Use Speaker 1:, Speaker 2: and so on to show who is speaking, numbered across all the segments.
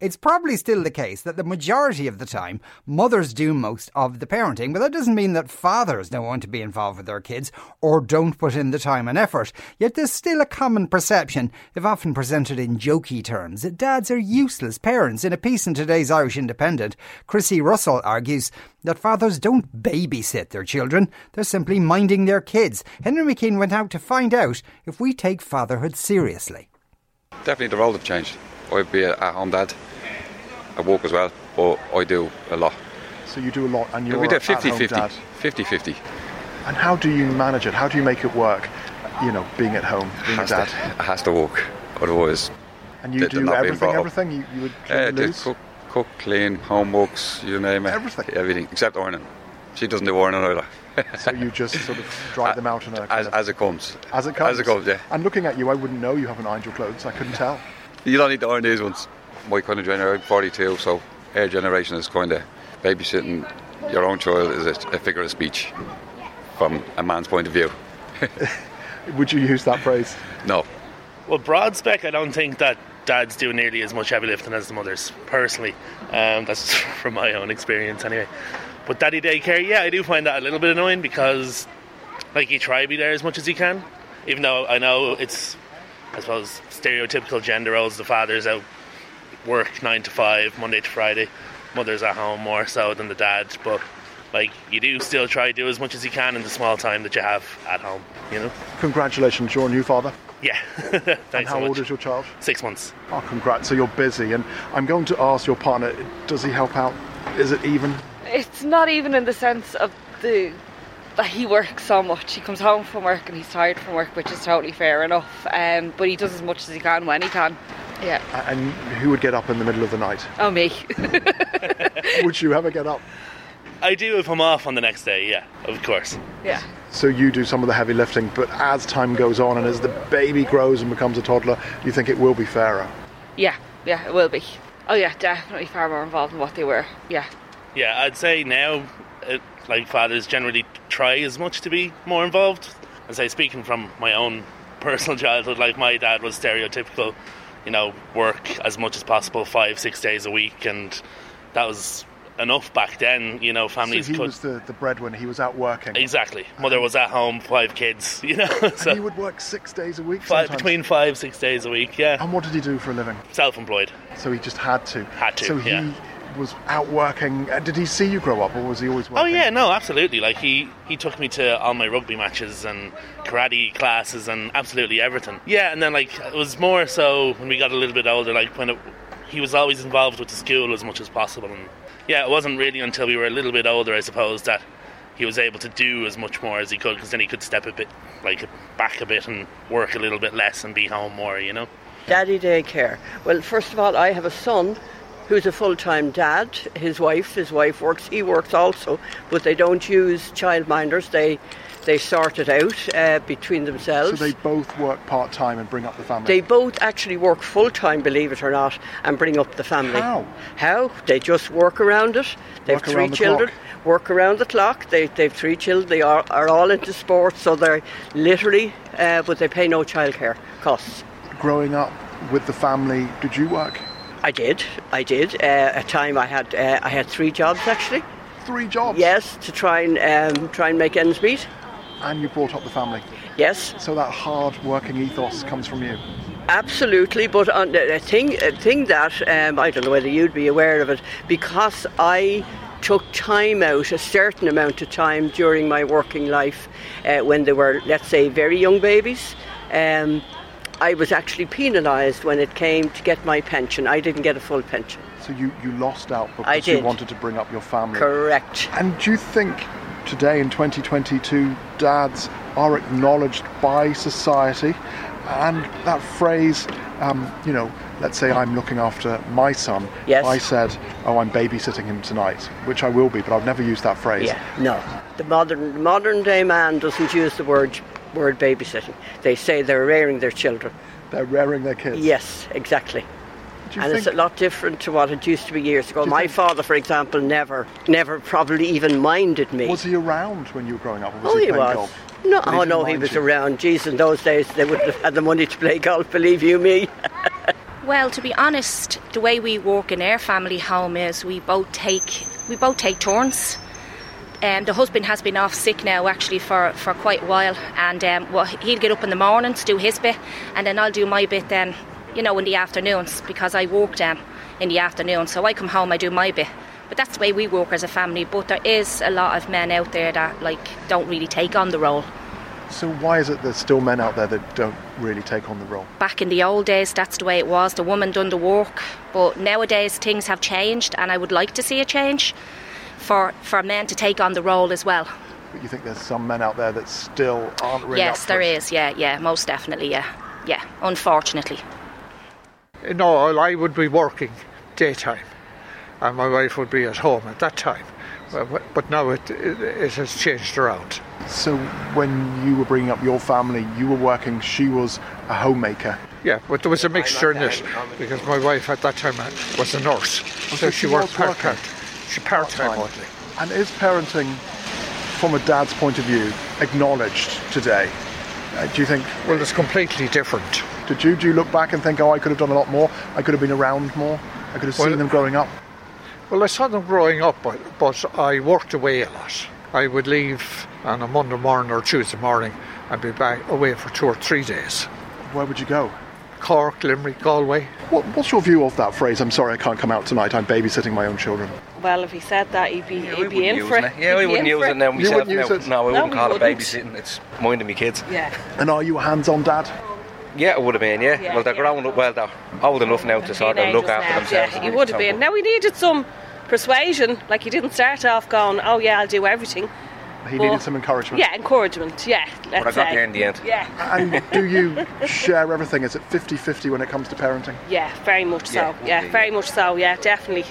Speaker 1: It's probably still the case that the majority of the time, mothers do most of the parenting, but that doesn't mean that fathers don't want to be involved with their kids or don't put in the time and effort. Yet there's still a common perception, if often presented in jokey terms, that dads are useless parents. In a piece in today's Irish Independent, Chrissy Russell argues that fathers don't babysit their children, they're simply minding their kids. Henry McKean went out to find out if we take fatherhood seriously.
Speaker 2: Definitely the roles have changed. I'd be a at home dad. I walk as well, but I do a lot.
Speaker 3: So you do a lot, and you're
Speaker 2: we do
Speaker 3: at home
Speaker 2: 50 50.
Speaker 3: dad.
Speaker 2: 50 50.
Speaker 3: And how do you manage it? How do you make it work? You know, being at home, being a
Speaker 2: Has to,
Speaker 3: dad,
Speaker 2: has to walk, otherwise.
Speaker 3: and you
Speaker 2: they're
Speaker 3: do
Speaker 2: not being
Speaker 3: everything.
Speaker 2: brought up.
Speaker 3: Everything you, you would
Speaker 2: Uh,
Speaker 3: lose.
Speaker 2: just cook, cook, clean, homeworks, you name it.
Speaker 3: Everything.
Speaker 2: Everything, except ironing. She doesn't do ironing either.
Speaker 3: So you just sort of drive them out and a kind
Speaker 2: As,
Speaker 3: of-
Speaker 2: as it comes.
Speaker 3: as it comes.
Speaker 2: As it comes, yeah.
Speaker 3: And looking at you, I wouldn't know you haven't ironed your clothes. I couldn't tell.
Speaker 2: You don't need to iron these ones. My kind of generation, 42, so our generation is kind of babysitting your own child is a, a figure of speech from a man's point of view.
Speaker 3: Would you use that phrase?
Speaker 2: No.
Speaker 4: Well, broad spec, I don't think that dads do nearly as much heavy lifting as the mothers, personally. Um, that's from my own experience, anyway. But daddy daycare, yeah, I do find that a little bit annoying because, like, you try to be there as much as you can, even though I know it's, I suppose, stereotypical gender roles. The father's out work nine to five, Monday to Friday, mother's at home more so than the dad, but. Like you do, still try to do as much as you can in the small time that you have at home, you know.
Speaker 3: Congratulations, you're a new father.
Speaker 4: Yeah. Thanks
Speaker 3: and how
Speaker 4: so much.
Speaker 3: old is your child?
Speaker 4: Six months.
Speaker 3: Oh, congrats. So you're busy, and I'm going to ask your partner. Does he help out? Is it even?
Speaker 5: It's not even in the sense of the that he works so much. He comes home from work and he's tired from work, which is totally fair enough. Um, but he does as much as he can when he can. Yeah.
Speaker 3: A- And who would get up in the middle of the night?
Speaker 5: Oh me.
Speaker 3: would you ever get up?
Speaker 4: I do if I'm off on the next day, yeah, of course.
Speaker 5: yeah.
Speaker 3: So you do some of the heavy lifting, but as time goes on and as the baby grows and becomes a toddler, you think it will be fairer.
Speaker 5: Yeah. Yeah. It will be. Oh yeah, definitely far more involved than what they were. Yeah.
Speaker 4: Yeah, I'd say now, uh like fathers generally try as much to be more involved. I'd say, speaking from my own personal childhood, like my dad was stereotypical, you know, work as much as possible, five, six days a week, and that was enough back then, you know,
Speaker 3: So
Speaker 4: families
Speaker 3: he
Speaker 4: could.
Speaker 3: was the, the breadwinner. He was out working.
Speaker 4: Exactly. Mother was at home, five kids, you know.
Speaker 3: And he
Speaker 4: So
Speaker 3: would work six days a week.
Speaker 4: five,
Speaker 3: sometimes.
Speaker 4: between five, six days a week, yeah.
Speaker 3: And what did he do for a living?
Speaker 4: Self employed.
Speaker 3: So he just had to.
Speaker 4: Had to,
Speaker 3: So he
Speaker 4: yeah.
Speaker 3: was out working. Uh, Did he see you grow up, or was he always working?
Speaker 4: Oh yeah, no, absolutely. Like he he took me to all my rugby matches and karate classes and absolutely everything. Yeah, and then like it was more so when we got a little bit older, like when it, he was always involved with the school as much as possible. And yeah, it wasn't really until we were a little bit older, I suppose, that he was able to do as much more as he could because then he could step a bit like back a bit and work a little bit less and be home more, you know.
Speaker 6: Daddy daycare. Well, first of all, I have a son who's a full-time dad. His wife, his wife works. He works also, but they don't use childminders. They they sort it out uh, between
Speaker 3: So
Speaker 6: themselves.
Speaker 3: they both work part time and bring up the family.
Speaker 6: They both actually work full time, believe it or not, and bring up the family.
Speaker 3: How?
Speaker 6: How? They just work around it. They
Speaker 3: Work
Speaker 6: have three
Speaker 3: around the
Speaker 6: children. Work around the clock. They, they've three children. They are, are all into sports, so they're literally, uh, but they pay no childcare costs.
Speaker 3: Growing up with the family, did you work?
Speaker 6: I did. I did. Uh, at time I had uh, I had three jobs actually.
Speaker 3: Three jobs.
Speaker 6: Yes, to try and um, try and make ends meet.
Speaker 3: And you brought up the family.
Speaker 6: Yes,
Speaker 3: So that hard working ethos comes from you.
Speaker 6: Absolutely, but on the the thing, the thing that um, I don't know whether you'd be aware of it, because I took time out, a certain amount of time during my working life, uh, when they were, let's say, very young babies. Um, I was actually penalised when it came to get my pension. I didn't get a full pension.
Speaker 3: So you, you lost out because
Speaker 6: I
Speaker 3: you
Speaker 6: did.
Speaker 3: wanted to bring up your family.
Speaker 6: Correct.
Speaker 3: And do you think today in 2022 dads are acknowledged by society? And that phrase, um, you know, let's say I'm looking after my son.
Speaker 6: Yes.
Speaker 3: I said, oh, I'm babysitting him tonight, which I will be, but I've never used that phrase.
Speaker 6: Yeah, no. The modern modern day man doesn't use the word word babysitting. They say they're rearing their children.
Speaker 3: They're rearing their kids.
Speaker 6: Yes, exactly.
Speaker 3: Do you
Speaker 6: and it's a
Speaker 3: think-
Speaker 6: lot different to what it used to be years ago. My father, for example, never, never probably even minded me.
Speaker 3: Was he around when you were growing up? Or was
Speaker 6: Oh,
Speaker 3: he,
Speaker 6: he,
Speaker 3: playing
Speaker 6: was.
Speaker 3: golf?
Speaker 6: No,
Speaker 3: Did
Speaker 6: oh no,
Speaker 3: remind
Speaker 6: he was
Speaker 3: you?
Speaker 6: around. Jeez, in those days they wouldn't have had the money to play golf. Believe you me.
Speaker 7: Well, to be honest, the way we work in our family home is we both take we both take turns. Um, the husband has been off sick now actually for, for quite a while, and um, well, he'll get up in the morning to do his bit, and then I'll do my bit then, you know, in the afternoons because I work um, in the afternoon. So I come home, I do my bit. But that's the way we work as a family. But there is a lot of men out there that like don't really take on the role.
Speaker 3: So why is it there's still men out there that don't really take on the role?
Speaker 7: back in the old days that's the way it was the woman done the work but nowadays things have changed and i would like to see a change for for men to take on the role as well
Speaker 3: But you think there's some men out there that still aren't really.
Speaker 7: yes
Speaker 3: up
Speaker 7: there
Speaker 3: for it?
Speaker 7: is yeah yeah most definitely yeah yeah unfortunately
Speaker 8: No, well, I would be working daytime, and my wife would be at home at that time. But- but- But now it, it, it has changed around.
Speaker 3: So when you were bringing up your family, you were working. She was a homemaker.
Speaker 8: Yeah, but there was a mixture in it because my wife at that time uh, was a nurse, so
Speaker 3: so
Speaker 8: she
Speaker 3: she
Speaker 8: worked
Speaker 3: was
Speaker 8: part
Speaker 3: working
Speaker 8: time. She part time only.
Speaker 3: And is parenting, from a dad's point of view, acknowledged today? Uh, do you think?
Speaker 8: Well, it's completely different.
Speaker 3: Did you do you look back and think, oh, I could have done a lot more. I could have been around more. I could have
Speaker 8: Well-
Speaker 3: seen them growing up.
Speaker 8: Well, I saw them growing up, but, but I worked away a lot. I would leave on a Monday morning or Tuesday morning and be back away for two or three days.
Speaker 3: Where would you go?
Speaker 8: Cork, Limerick, Galway.
Speaker 3: What, what's your view of that phrase? I'm sorry, I can't come out tonight. I'm babysitting my own children.
Speaker 5: Well, if he said that, he'd be,
Speaker 9: we
Speaker 5: he'd be
Speaker 9: wouldn't
Speaker 5: in
Speaker 9: use
Speaker 5: for it.
Speaker 9: it. Yeah, we
Speaker 5: He'd be
Speaker 9: wouldn't
Speaker 5: in
Speaker 9: use
Speaker 5: for
Speaker 9: it now myself.
Speaker 3: wouldn't use
Speaker 9: now. No,
Speaker 3: it?
Speaker 9: we
Speaker 5: No,
Speaker 9: wouldn't
Speaker 5: we
Speaker 9: call
Speaker 5: wouldn't.
Speaker 9: it babysitting. It's minding my kids.
Speaker 5: Yeah.
Speaker 3: And are you a hands-on dad?
Speaker 9: Yeah, it would have been. Yeah.
Speaker 5: Yeah,
Speaker 9: well, they're
Speaker 5: yeah.
Speaker 9: grown up. Well, they're old enough now to sort of
Speaker 5: Teenagers
Speaker 9: look after
Speaker 5: now,
Speaker 9: themselves.
Speaker 5: Yeah,
Speaker 9: and
Speaker 5: he
Speaker 9: do
Speaker 5: would have
Speaker 9: something.
Speaker 5: been. Now he needed some persuasion. Like he didn't start off going, "Oh yeah, I'll do everything."
Speaker 3: He
Speaker 5: Well,
Speaker 3: needed some encouragement.
Speaker 5: Yeah, encouragement. Yeah, let's
Speaker 9: But I got
Speaker 5: say.
Speaker 9: there in the end.
Speaker 5: Yeah,
Speaker 3: And do you share everything? Is it 50-50 when it comes to parenting?
Speaker 5: yeah, very much
Speaker 9: Yeah,
Speaker 5: so.
Speaker 9: would
Speaker 5: Yeah,
Speaker 9: be,
Speaker 5: very
Speaker 9: yeah.
Speaker 5: much so. Yeah, definitely,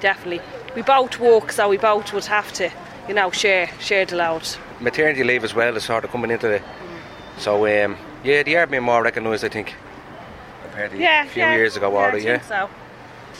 Speaker 5: definitely. We both walk, so we both would have to, you know, share share the load.
Speaker 9: Maternity leave as well is sort of coming into the. So um, yeah, they are being more recognised, I think. Compared to
Speaker 5: Yeah,
Speaker 9: a few
Speaker 5: yeah.
Speaker 9: years ago
Speaker 5: yeah, I
Speaker 9: already.
Speaker 5: think
Speaker 9: Yeah.
Speaker 5: So.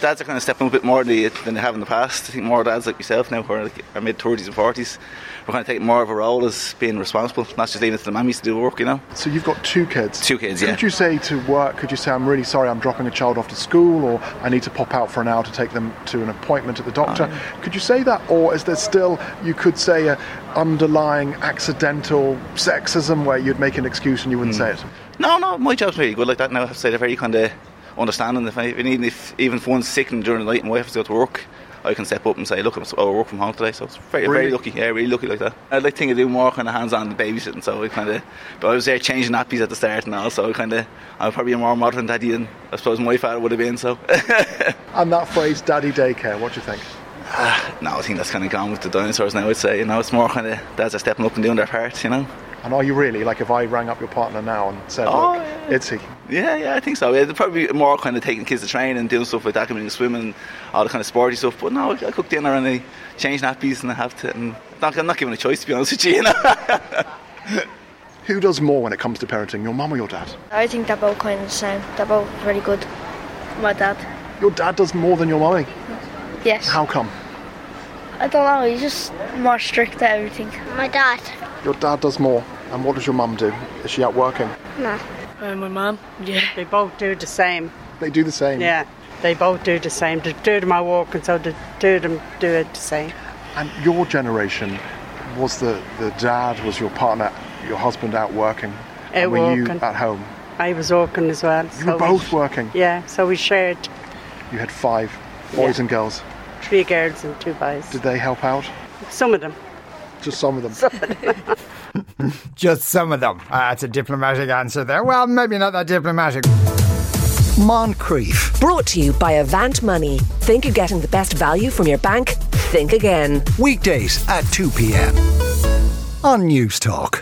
Speaker 10: dads are kind of stepping up a bit more than they, than they have in the past. I think more dads like yourself now, who are like our mid 30s and 40s, we're kind of taking more of a role as being responsible, not just leaving it to the mummies to do the work, you know.
Speaker 3: So you've got two kids.
Speaker 10: Two kids,
Speaker 3: Could
Speaker 10: yeah.
Speaker 3: you say to work? Could you say I'm really sorry, I'm dropping a child off to school, or I need to pop out for an hour to take them to an appointment at the
Speaker 10: Oh,
Speaker 3: doctor? Could you say that, or is there still you could say a underlying accidental sexism where you'd make an excuse and you wouldn't
Speaker 10: Hmm.
Speaker 3: say it?
Speaker 10: No, no, my job's really good like that now. I have to say they're very kind of understanding. If, any, if even if even if one's sick and during the night and wife has to go to work, I can step up and say, look, I'm, I work from home today, so it's very,
Speaker 3: Really?
Speaker 10: very lucky. Yeah, really lucky like that. I like think I do more kind of hands-on babysitting, so I kind of. But I was there changing nappies at the start and all, so I kind of. I'm probably a more modern daddy than I suppose my father would have been. So.
Speaker 3: And that phrase, "daddy daycare," what do you think?
Speaker 10: No, I think that's kind of gone with the dinosaurs now. I'd say you know it's more kind of dads are stepping up and doing their part. You know.
Speaker 3: And are you really like if I rang up your partner now and said,
Speaker 10: Oh,
Speaker 3: look,
Speaker 10: yeah.
Speaker 3: it's he?
Speaker 10: Yeah, yeah, I think so. Yeah, they're probably more kind of taking kids to train and doing stuff like that, coming to swimming, all the kind of sporty stuff. But no, I cook dinner and I change nappies and I have to. And not, I'm not given a choice to be honest with you. You know.
Speaker 3: Who does more when it comes to parenting, your mum or your dad?
Speaker 7: i think they're both kind of the same they're both really good my dad
Speaker 3: Your dad does more than your mummy.
Speaker 7: yes
Speaker 3: How come?
Speaker 7: i don't know he's just more strict at everything my dad
Speaker 3: Your dad does more. And what does your mum do? Is she out working?
Speaker 11: And my mum, yeah.
Speaker 6: They both do the same.
Speaker 3: They do the same.
Speaker 11: Yeah, they both do the same. The two of them are walking, so the two of them do it the same.
Speaker 3: And your generation was the, the dad, was your partner, your husband out working? and
Speaker 11: Out
Speaker 3: were you
Speaker 11: working.
Speaker 3: at home?
Speaker 11: I was walking as well.
Speaker 3: You
Speaker 11: so
Speaker 3: were
Speaker 11: we-
Speaker 3: both working.
Speaker 11: Yeah, so we shared
Speaker 3: You had five boys
Speaker 11: Yeah.
Speaker 3: and girls.
Speaker 11: three girls and two boys.
Speaker 3: Did they help out?
Speaker 11: Some of them.
Speaker 3: Just some of them.
Speaker 1: Just some of them. Ah, That's a diplomatic answer there. Well, maybe not that diplomatic. Moncrief.
Speaker 12: Brought to you by Avant Money. Think you're getting the best value from your bank? Think again.
Speaker 13: Weekdays at 2 p.m. on News Talk.